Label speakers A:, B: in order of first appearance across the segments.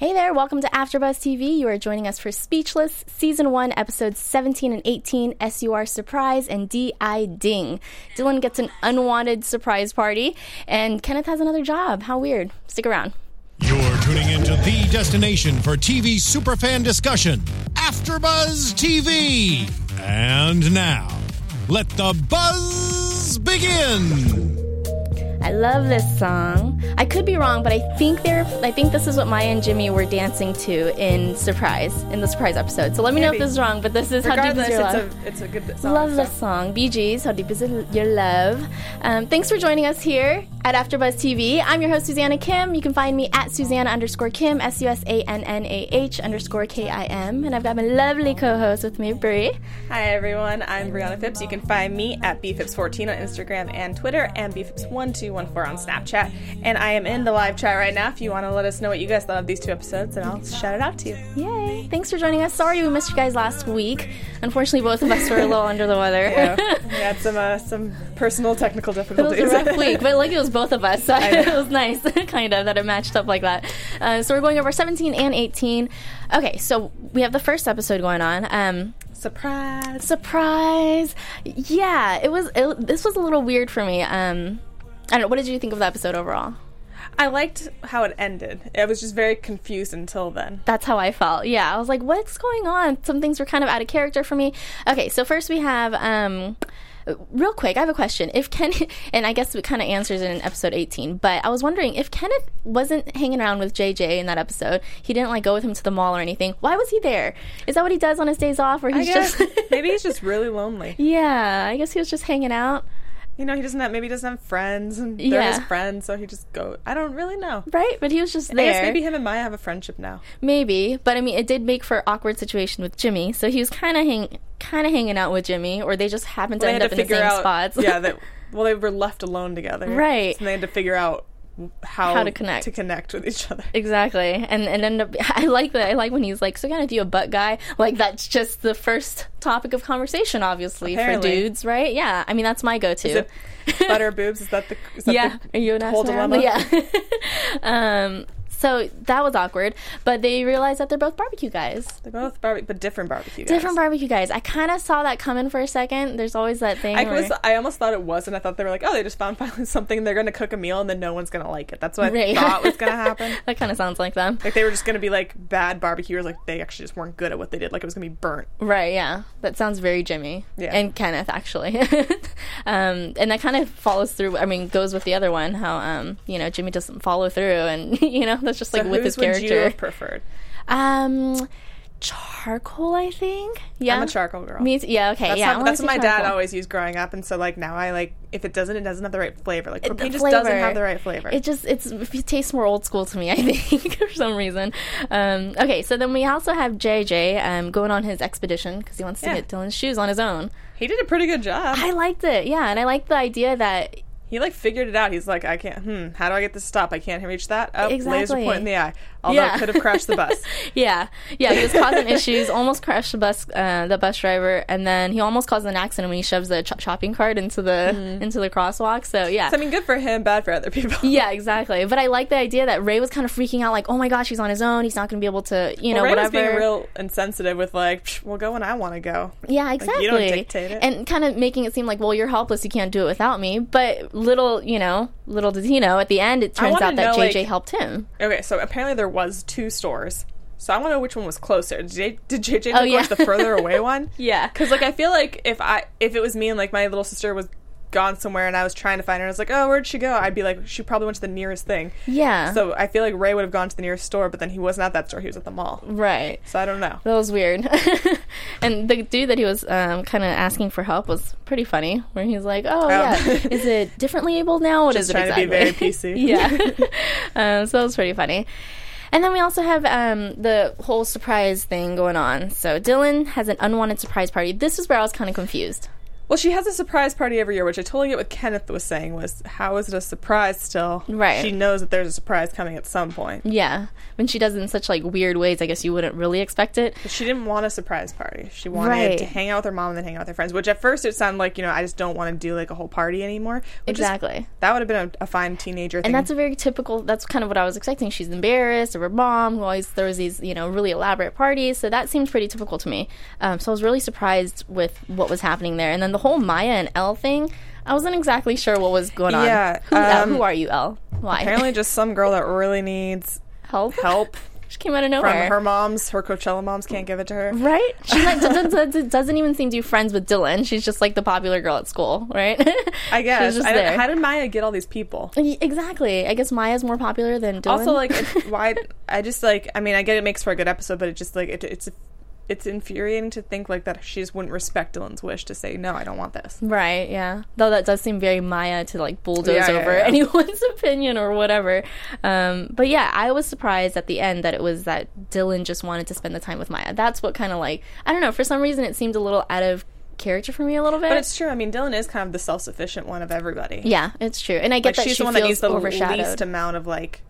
A: there. Welcome to AfterBuzz TV. You are joining us for Speechless, Season 1, Episodes 17 and 18, SUR Surprise and D.I. Ding. Dylan gets an unwanted surprise party, and Kenneth has another job. How weird. Stick around.
B: You're tuning into the destination for TV superfan discussion, AfterBuzz TV. And now, let the buzz begin.
A: I love this song. I could be wrong, but I think they're I think this is what Maya and Jimmy were dancing to in Surprise in the Surprise episode. So let me know if
C: Maybe.
A: this is wrong, but this is
C: Regardless,
A: how deep is your love.
C: it's a it's a good song.
A: Love
C: so.
A: this song, BG's "How Deep Is It- Your Love." Um, thanks for joining us here at AfterBuzz TV. I'm your host Susanna Kim. You can find me at Susanna underscore Kim, S U S A N N A H underscore K I M, and I've got my lovely co-host with me, Brie.
C: Hi everyone, I'm Brianna Phipps. You can find me at bphipps14 on Instagram and Twitter, and bphipps1214 on Snapchat. And I am in the live chat right now. If you want to let us know what you guys thought of these two episodes, and I'll shout it out to you.
A: Yay! Thanks for joining us. Sorry we missed you guys last week. Unfortunately, both of us were a little under the weather.
C: we had some uh, some personal technical
A: It was
C: difficulties.
A: a rough week, but like it was both of us. So it was nice, kind of, that it matched up like that. Uh, so we're going over 17 and 18. Okay, so we have the first episode going on. Um,
C: Surprise!
A: surprise! Yeah, it was. It, this was a little weird for me. Um, I don't know. What did you think of the episode overall?
C: I liked how it ended. I was just very confused until then.
A: That's how I felt. Yeah, I was like, what's going on? Some things were kind of out of character for me. Okay, so first we have. Um, Real quick, I have a question. If Ken and I guess it kind of answers in episode eighteen, but I was wondering if Kenneth wasn't hanging around with JJ in that episode, he didn't like go with him to the mall or anything. Why was he there? Is that what he does on his days off, or
C: I
A: he's
C: guess
A: just
C: maybe he's just really lonely.
A: yeah? I guess he was just hanging out,
C: You know, he doesn't have maybe he doesn't have friends, and they're
A: Yeah.
C: his friends, so he just go. I don't really know.
A: right? But he was just
C: I
A: there.
C: guess maybe him and Maya have a friendship now.
A: Maybe, but I mean, it did make for awkward situation with Jimmy. So he was kind of hang, kind of hanging out with Jimmy, or they just happened to
C: They
A: end
C: had
A: up
C: to
A: in the
C: figure
A: same
C: out.
A: spots.
C: yeah, that well, they were left alone together,
A: Right.
C: And they had to figure out how,
A: How to connect.
C: to connect with each other.
A: exactly. And and end up, I like that. I like when he's like, "So kind of you a butt guy?" Like that's just the first topic of conversation, obviously
C: Apparently.
A: for dudes, right? Yeah, I mean that's my go-to.
C: it Butter boobs. Is that the is that
A: yeah,
C: The,
A: are you an
C: whole
A: asshole?
C: dilemma?
A: Yeah. um. So that was awkward, but they realized that they're both barbecue guys.
C: they're both barbecue, but different barbecue. Guys.
A: Different barbecue guys. I kind of saw that coming for a second. There's always that thing.
C: I
A: where-
C: was, I almost thought it was, and I thought they were like, oh, they just found finally something. They're going to cook a meal, and then no one's going to like it. That's what I
A: Right.
C: thought was going to happen.
A: that kind of sounds like them.
C: Like they were just going to be like bad barbecuers. Like they actually just weren't good at what they did. Like it was going to be burnt.
A: Right, yeah. That sounds very Jimmy.
C: Yeah.
A: And Kenneth, actually. um, and that kind of follows through, I mean, goes with the other one, how, um, you know, Jimmy doesn't follow through. And, you know, that's just like
C: So
A: with
C: whose
A: his
C: would you
A: character.
C: have preferred?
A: um, charcoal, I think. Yeah.
C: I'm a charcoal girl.
A: Me too. Yeah, okay.
C: That's,
A: yeah. I
C: how-
A: wanna
C: that's
A: say
C: what my dad
A: charcoal.
C: always used growing up, and so like now I like if it doesn't, it doesn't have the right flavor. Like
A: the
C: propane just doesn't
A: flavor.
C: have the right flavor.
A: It just it's it tastes more old school to me, I think, for some reason. Um, okay, so then we also have JJ um, going on his expedition because he wants to
C: Yeah.
A: get Dylan's shoes on his own.
C: he did a pretty good job.
A: I liked it, yeah, and I liked the idea that
C: he like figured it out. He's like, I can't. Hmm, how do I get this stop? I can't reach that. Oh, laser
A: Exactly.
C: point in the eye. Although
A: Yeah.
C: it could have crashed the bus.
A: Yeah, yeah, he was causing issues. Almost crashed the bus, uh, the bus driver, and then he almost caused an accident when he shoves the ch- shopping cart into the into the crosswalk. Mm-hmm. So yeah,
C: So, I mean, good for him, bad for other people.
A: yeah, exactly. But I like the idea that Ray was kind of freaking out, like, oh my gosh, he's on his own. He's not going to be able to, you know,
C: Ray
A: whatever.
C: was being real insensitive with like, Psh, we'll go when I want to go.
A: yeah, exactly.
C: you don't dictate it.
A: And kind of making it seem like, well, you're helpless. You can't do it without me. But little, you know, little did he know. At the end, it turns
C: wanna
A: out that
C: know,
A: JJ
C: like-
A: helped him.
C: Okay, so apparently there was two stores. So I want to know which one was closer. Did, J- did JJ
A: Oh,
C: oh,
A: yeah.
C: the further away one?
A: Yeah,
C: Because like I feel like if I if it was me and like my little sister was gone somewhere and I was trying to find her, and I was like, oh, where'd she go? I'd be like, she probably went to the nearest thing.
A: yeah,
C: So I feel like Ray would have gone to the nearest store, but then he wasn't at that store. He was at the mall.
A: right.
C: So I don't know.
A: That was weird. and the dude that he was um, kind of asking for help was pretty funny, where he's like, "Oh yeah, is it differently abled now? What is
C: Just
A: it
C: trying to
A: exactly?"
C: be very PC.
A: yeah. um, so that was pretty funny. And then we also have um, the whole surprise thing going on. So Dylan has an unwanted surprise party. This is where I was kind of confused.
C: Well, she has a surprise party every year, which I totally get what Kenneth was saying was how is it a surprise still?
A: Right.
C: She knows that there's a surprise coming at some point.
A: Yeah, when she does it in such like weird ways, I guess you wouldn't really expect it.
C: But she didn't want a surprise party. She wanted
A: Right.
C: to hang out with her mom and then hang out with her friends, which at first it sounded like, you know, I just don't want to do like a whole party anymore. Which is-
A: Exactly.
C: that would have been a, a fine teenager thing.
A: And that's a very typical. That's kind of what I was expecting. She's embarrassed of her mom, who always throws these, you know, really elaborate parties. So that seemed pretty typical to me. Um, so I was really surprised with what was happening there. And then the whole Maya and Elle thing, I wasn't exactly sure what was going on.
C: Yeah,
A: Who's Elle?
C: um,
A: who are you, Elle? Why?
C: apparently just some girl that really needs
A: help.
C: help
A: She came out of
C: from
A: nowhere.
C: her moms. Her Coachella moms can't give it to her.
A: Right? She like, doesn't, doesn't- doesn't even seem to be friends with Dylan. She's just like the popular girl at school, right?
C: I guess.
A: She's just
C: I don't-
A: there.
C: How did Maya get all these people?
A: Y- Exactly. I guess Maya's more popular than Dylan.
C: Also, like, it's why I just like. I mean, I get it makes for a good episode, but it just like it, it's it's infuriating to think like that she just wouldn't respect Dylan's wish to say no, I don't want this.
A: Right, yeah. Though that does seem very Maya to like bulldoze
C: Yeah, yeah,
A: over
C: yeah.
A: anyone's opinion or whatever. Um, but yeah, I was surprised at the end that it was that Dylan just wanted to spend the time with Maya. That's what kind of like, I don't know, for some reason it seemed a little out of character for me a little bit.
C: But it's true. I mean, Dylan is kind of the self sufficient one of everybody.
A: yeah, it's true. And I
C: like
A: get that
C: she's
A: she
C: the one that
A: feels
C: needs the
A: overshadowed.
C: least amount of like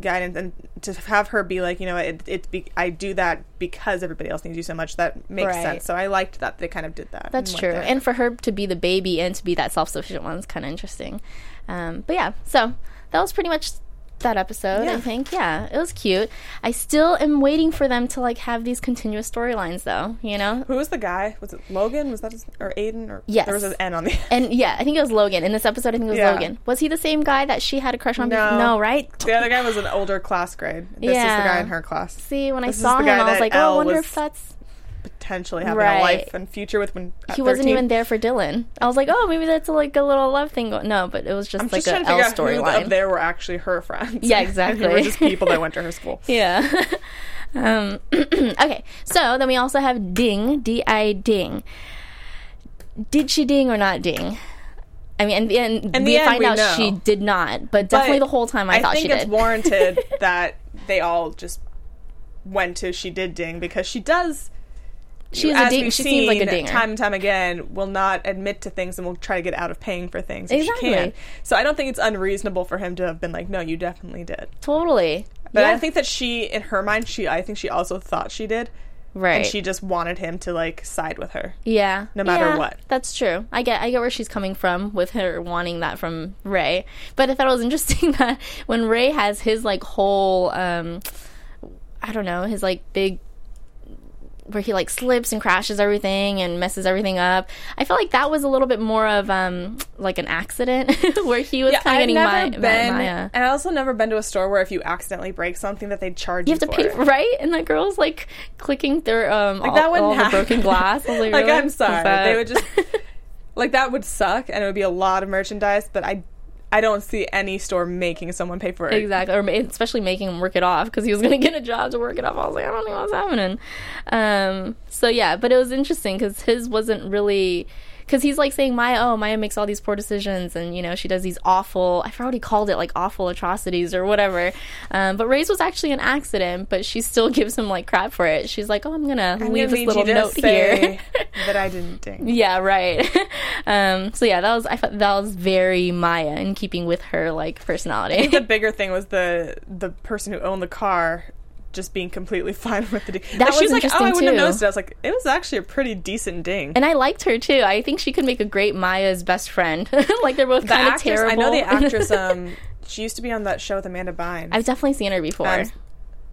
C: guidance, and to have her be like, you know, it, it be, I do that because everybody else needs you so much. That makes
A: Right.
C: sense. So I liked that they kind of did that.
A: That's
C: and
A: true.
C: went there.
A: And for her to be the baby and to be that self sufficient one is kind of interesting. Um, but yeah, so that was pretty much that episode,
C: Yeah.
A: I think. Yeah, it was cute. I still am waiting for them to like have these continuous storylines though, you know?
C: Who was the guy? Was it Logan? Was that his, or Aiden? Or
A: Yes.
C: there was an N on the end.
A: And yeah, I think it was Logan. In this episode, I think it was
C: Yeah.
A: Logan. Was he the same guy that she had a crush on?
C: No.
A: before? no right?
C: The other guy was an older class grade. This is
A: Yeah.
C: the guy in her class.
A: See, when I
C: This is
A: saw
C: the
A: him,
C: guy
A: I was
C: that
A: like, oh, I
C: Elle
A: wonder
C: was-
A: if that's.
C: Potentially having a
A: Right.
C: life and future with when at
A: He wasn't
C: 13.
A: even there for Dylan. I was like, oh, maybe that's like a little love thing. Go- no, but it was just
C: I'm
A: like
C: just trying
A: a
C: to
A: L
C: figure out who of
A: storyline.
C: there were actually her friends.
A: Yeah,
C: and who were
A: exactly.
C: just people that went to her school.
A: Yeah. um, okay, so then we also have Ding, D I Ding. Did she ding or not ding? I mean, in the end,
C: In
A: we
C: the end,
A: find
C: we
A: out
C: know.
A: she did not, but definitely
C: But
A: the whole time I, thought
C: think
A: she
C: it's
A: did.
C: warranted that they all just went to she did ding because she does.
A: She's
C: as
A: a ding.
C: we've
A: She seems like a
C: seen
A: dinger.
C: Time and time again, will not admit to things and will try to get out of paying for things if
A: Exactly.
C: she can. So I don't think it's unreasonable for him to have been like, "No, you definitely did."
A: Totally.
C: But I
A: Yeah.
C: think that she, in her mind, she I think she also thought she did,
A: right.
C: and she just wanted him to like side with her.
A: Yeah.
C: no matter
A: Yeah,
C: what.
A: That's true. I get I get where she's coming from with her wanting that from Ray. But I thought it was interesting that when Ray has his like whole um I don't know, his like big where he like slips and crashes everything and messes everything up. I feel like that was a little bit more of um like an accident where he was kind of
C: I've
A: getting
C: never
A: my, uh,
C: been,
A: Maya.
C: and I also never been to a store where if you accidentally break something that they charge you,
A: You have to
C: for
A: pay
C: it.
A: right, and that girl's like clicking through um all,
C: that wouldn't
A: all the
C: happen.
A: broken glass. I was
C: Like,
A: really?
C: I'm
A: Is
C: sorry.
A: that-
C: They would just- Like that would suck, and it would be a lot of merchandise. But I, I don't see any store making someone pay for it.
A: Exactly, or ma- especially making him work it off because he was going to get a job to work it off. I was like, I don't know what's happening. Um, so yeah, but it was interesting because his wasn't really because he's like saying Maya, oh Maya makes all these poor decisions, and you know she does these awful. I forgot what he called it, like awful atrocities or whatever. Um, but Ray's was actually an accident, but she still gives him like crap for it. She's like, oh, I'm gonna
C: I'm
A: leave
C: gonna
A: this
C: need
A: little
C: you to
A: note here.
C: say that I didn't ding.
A: Yeah, right. um, so yeah, that was I thought that was very Maya in keeping with her like personality.
C: The bigger thing was the the person who owned the car just being completely fine with the ding.
A: That
C: like, she
A: was
C: was like, "Oh,
A: interesting,
C: I wouldn't have
A: too.
C: noticed." It. I was like, "It was actually a pretty decent ding."
A: And I liked her too. I think she could make a great Maya's best friend. like they're both
C: the
A: kind of
C: actress,
A: terrible.
C: I know the actress. Um, she used to be on that show with Amanda Bynes.
A: I've definitely seen her before.
C: Um,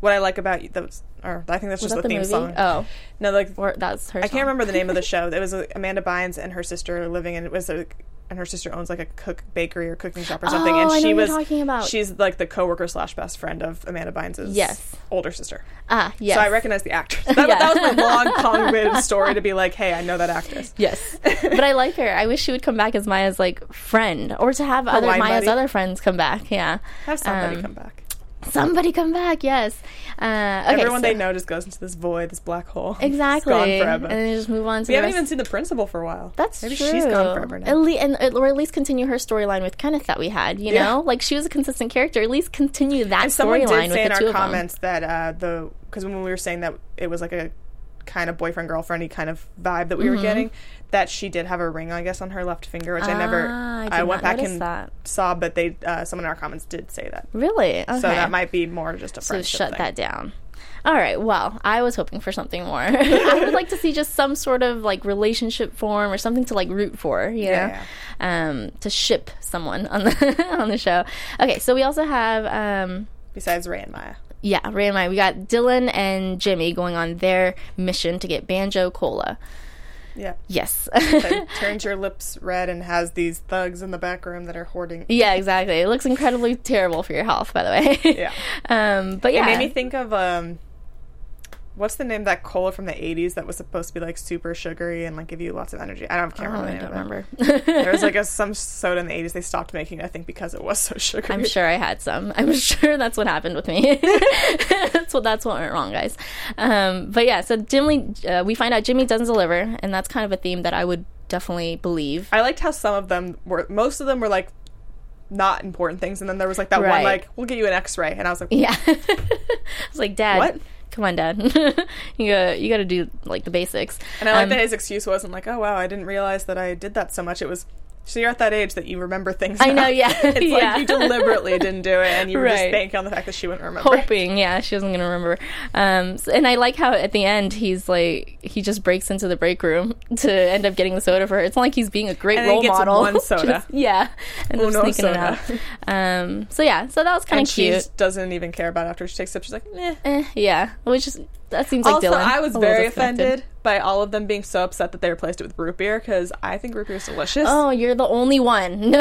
C: what I like about you, those, or I think that's
A: Was
C: just
A: that the
C: the theme
A: movie?
C: song.
A: Oh,
C: No, like
A: or that's her.
C: I can't remember the name of the show. It was uh, Amanda Bynes and her sister living in it was a, and her sister owns like a cook bakery or cooking shop or something.
A: Oh,
C: and
A: I know
C: she
A: what you're
C: was
A: talking about.
C: she's like the coworker slash best friend of Amanda Bynes's
A: Yes.
C: older sister.
A: Ah, yes.
C: So I recognize the actress. That,
A: Yeah.
C: that was my long convoluted story to be like, hey, I know that actress.
A: Yes, but I like her. I wish she would come back as Maya's like friend, or to have other
C: wine
A: Maya's
C: buddy?
A: other friends come back. Yeah,
C: Have somebody
A: Um,
C: come back.
A: somebody come back. Yes, uh, okay,
C: Everyone
A: so-
C: they know just goes into this void, this black hole.
A: exactly,
C: It's gone forever.
A: and then just move on to
C: we
A: the
C: haven't
A: rest.
C: even seen the principal for a while.
A: That's
C: Maybe
A: true.
C: she's gone forever now.
A: At le- and uh, or at least continue her storyline with Kenneth that we had. You
C: Yeah.
A: know, like she was a consistent character. At least continue that
C: And
A: storyline
C: someone did
A: with
C: say in
A: the two
C: our
A: of them.
C: comments that uh, the because when we were saying that it was like a kind of boyfriend girlfriendy kind of vibe that we were getting, that she did have a ring, I guess, on her left finger, which I never.
A: Mm-hmm. Ah, I did not
C: went back
A: notice
C: and
A: that.
C: saw, but they uh, someone in our comments did say that.
A: Really? Okay.
C: So that might be more just a
A: so
C: friendship
A: shut
C: thing.
A: that down. All right. Well, I was hoping for something more. I would like to see just some sort of like relationship form or something to like root for, you know,
C: Yeah,
A: um, to ship someone on the on the show. Okay. So we also have um,
C: Besides Ray and Maya.
A: yeah, Ray and I. We got Dylan and Jimmy going on their mission to get Banjo Cola.
C: Yeah.
A: Yes.
C: That turns your lips red and has these thugs in the back room that are hoarding.
A: yeah. Exactly. It looks incredibly terrible for your health, by the way.
C: Yeah.
A: Um, but yeah.
C: It made me think of um what's the name of that cola from the eighties that was supposed to be like super sugary and like give you lots of energy. I don't I can't
A: Oh,
C: remember the
A: I
C: name
A: don't
C: of it.
A: remember.
C: There was like a some soda in the eighties they stopped making, I think, because it was so sugary.
A: I'm sure I had some. I'm sure that's what happened with me. that's what that's what went wrong, guys. Um, but yeah, so Jimmy, uh, we find out Jimmy doesn't deliver, and that's kind of a theme that I would definitely believe.
C: I liked how some of them were most of them were like not important things and then there was like that one
A: Right.
C: like, We'll get you an X ray and I was like,
A: Yeah, I was like, Dad,
C: What?
A: come on, Dad, you gotta you gotta do like the basics.
C: And I like
A: Um,
C: that his excuse wasn't like, "Oh wow, I didn't realize that I did that so much." It was, so you're at that age that you remember things.
A: I
C: now."
A: know, yeah,
C: It's
A: yeah.
C: like you deliberately didn't do it, and you were just
A: Right.
C: banking on the fact that she wouldn't remember.
A: hoping yeah she wasn't gonna remember um s- and i like how at the end he's like he just breaks into the break room to end up getting the soda for her it's not like he's being a great
C: And then
A: role
C: he gets
A: model
C: one soda.
A: Just- yeah and
C: Uno
A: just sneaking it out
C: soda.
A: um so yeah so that was kind
C: And
A: of
C: she
A: cute
C: just doesn't even care about it after she takes it. She's like, "Meh."
A: Eh, yeah which is that seems like
C: also,
A: dylan
C: I was
A: A little
C: very
A: disconnected.
C: offended by all of them being so upset that they replaced it with root beer because I think root beer is delicious.
A: oh you're the only one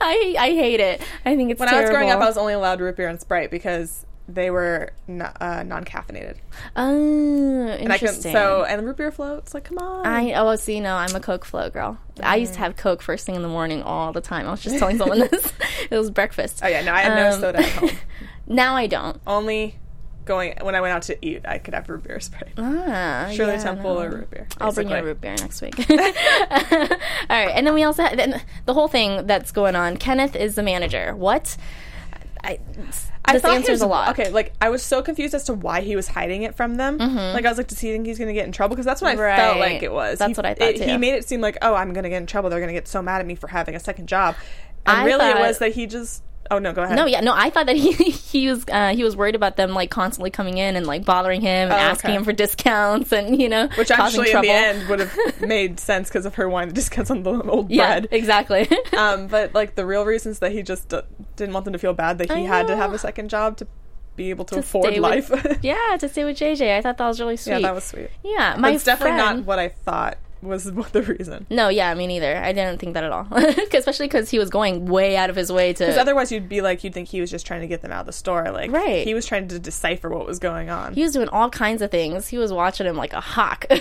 A: i i hate it i think it's
C: when I was growing up,
A: terrible.
C: I was only allowed root beer and Sprite because they were n- uh, non-caffeinated,
A: oh interesting
C: and I couldn't. So, and root beer floats. Like, come on.
A: I oh see no, I'm a Coke flow girl. I used to
C: Mm.
A: have Coke first thing in the morning all the time. I was just telling someone this. It was breakfast.
C: oh yeah, no, I had no
A: Um,
C: soda at home.
A: Now I don't.
C: only going when I went out to eat, I could have root beer spray.
A: Ah,
C: Shirley
A: yeah,
C: Temple
A: no.
C: or root beer.
A: I'll bring you a
C: basically.
A: root beer next week. all right, and then we also had then the whole thing that's going on. Kenneth is the manager. What? I, this
C: thought
A: answers
C: his-
A: a lot.
C: Okay, like I was so confused as to why he was hiding it from them. Like I was like, does he think he's gonna get in trouble? Because that's what I felt
A: Mm-hmm. Right.
C: like it was.
A: That's
C: He-
A: what I thought,
C: it- He
A: too.
C: made it seem like, oh, I'm gonna get in trouble. They're gonna get so mad at me for having a second job. And
A: I
C: really, it
A: thought-
C: was that he just. Oh no, go ahead.
A: No, yeah, no. I thought that he he was uh, he was worried about them like constantly coming in and like bothering him and
C: Oh,
A: asking
C: okay.
A: him for discounts and you know
C: Which
A: causing
C: actually,
A: trouble.
C: in the end, would have made sense because of her wanting to discuss on the old
A: yeah,
C: bread.
A: exactly.
C: um, but like the real reasons that he just d- didn't want them to feel bad that
A: I
C: he had to
A: know.
C: have a second job to be able to,
A: To
C: afford
A: stay
C: life.
A: with- yeah, to stay with JJ. I thought that was really sweet.
C: yeah, that was sweet.
A: Yeah, my
C: But it's definitely not
A: friend-
C: what I thought was what the reason.
A: No, yeah, me neither. I didn't think that at all. 'Cause- Especially because he was going way out of his way to.
C: Because otherwise, you'd be like, you'd think he was just trying to get them out of the store. Like,
A: Right.
C: he was trying to decipher what was going on.
A: he was doing all kinds of things. He was watching him like a hawk.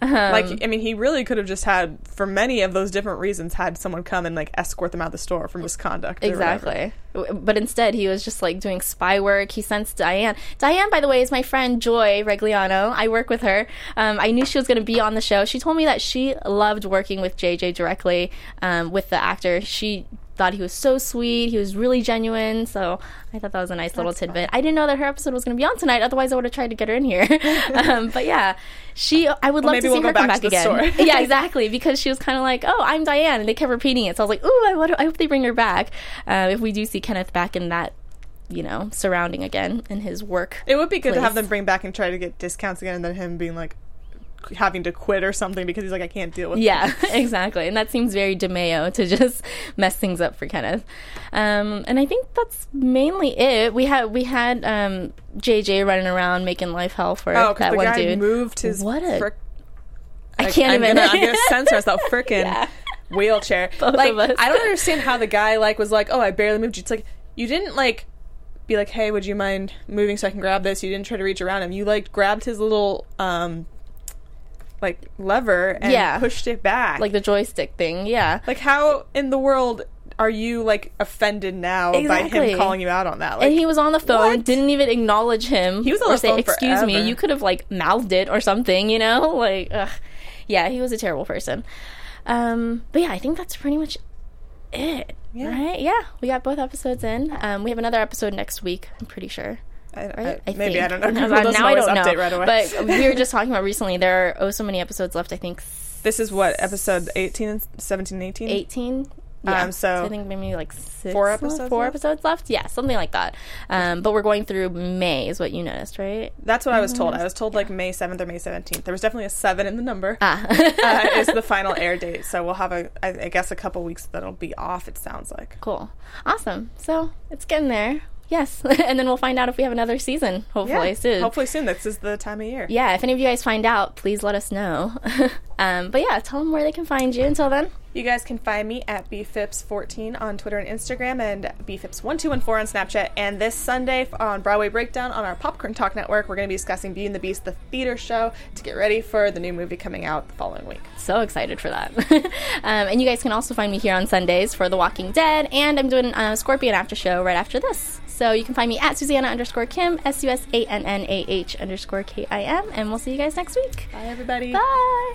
A: um,
C: like, I mean, he really could have just had, for many of those different reasons, had someone come and like escort them out of the store for misconduct. or whatever.
A: exactly. W- But instead, he was just like doing spy work. He sensed Diane. Diane, by the way, is my friend Joy Regliano. I work with her. Um, I knew she was going to be on the show. She told me that she loved working with JJ directly um, with the actor. She thought he was so sweet. He was really genuine. So I thought that was a nice little tidbit. I didn't know that her episode was going to be on tonight. Otherwise, I would have tried to get her in here. um, but yeah, she. I would love to
C: maybe
A: see
C: we'll go
A: her come
C: back
A: back
C: to the
A: again.
C: story.
A: yeah, exactly. Because she was kind of like, "Oh, I'm Diane," and they kept repeating it. So I was like, "Ooh, I, wonder- I hope they bring her back." Uh, if we do see Kenneth back in that, you know, surrounding again in his work.
C: It would be good to have
A: Please.
C: them bring back and try to get discounts again, and then him being like qu- having to quit or something because he's like, I can't deal with
A: yeah, exactly. And that seems very DeMeo to just mess things up for Kenneth. Um, and I think that's mainly it. We had we had um, JJ running around making life hell for
C: Oh, because
A: that
C: the
A: one
C: guy
A: dude.
C: moved his.
A: What a-
C: frick-
A: I can't
C: I'm
A: even.
C: Gonna, I'm gonna censor myself. Frickin' wheelchair.
A: Both
C: like
A: of us.
C: I don't understand how the guy like was like, oh, I barely moved. you." It's like you didn't like be like, hey, would you mind moving so I can grab this? You didn't try to reach around him. You like grabbed his little um like lever and
A: Yeah.
C: pushed it back.
A: like the joystick thing. Yeah.
C: like how in the world are you like offended now by
A: Exactly.
C: him calling you out on that? Like,
A: and he was on the phone,
C: what?
A: didn't even acknowledge him.
C: He was on
A: or
C: the
A: say,
C: phone
A: Excuse me,
C: forever."
A: you could have like mouthed it or something, you know? Like, ugh. yeah, he was a terrible person. Um, but yeah, I think that's pretty much it. Right? Yeah, we got both episodes in. Um, we have another episode next week. I'm pretty sure.
C: I, I-
A: right?
C: Uh, maybe I don't know.
A: No,
C: Google doesn't
A: now I
C: always
A: don't know.
C: update right away.
A: But we were just talking about recently. There are oh so many episodes left. I think
C: this is what episode 18 and 17 and 18?
A: eighteen. Yeah.
C: Um, so
A: I think maybe like six
C: four
A: left-
C: episodes
A: Four
C: left?
A: episodes left. Yeah, something like that. Um, but we're going through May, is what you noticed, right?
C: That's what I was
A: Mm-hmm.
C: told. I was told like May 7th or May 17th. There was definitely a 7 in the number.
A: Ah,
C: uh, is the final air date. So we'll have a, I, I guess, a couple weeks that'll be off. It sounds like.
A: cool, awesome. So it's getting there. Yes, and then we'll find out if we have another season. Hopefully soon.
C: Hopefully soon. This is the time of year.
A: Yeah, if any of you guys find out, please let us know. um, but yeah, tell them where they can find you. Until then,
C: You guys can find me at bfips14 on Twitter and Instagram, and bfips1214 on Snapchat. And this Sunday f- on Broadway Breakdown on our Popcorn Talk Network, we're going to be discussing Beauty and the Beast, the theater show, to get ready for the new movie coming out the following week.
A: so excited for that. um, and you guys can also find me here on Sundays for The Walking Dead, and I'm doing a Scorpion after show right after this. So you can find me at Susanna underscore Kim, S U S A N N A H underscore K I M, and we'll see you guys next week.
C: Bye, everybody.
A: Bye.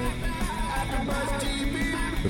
D: The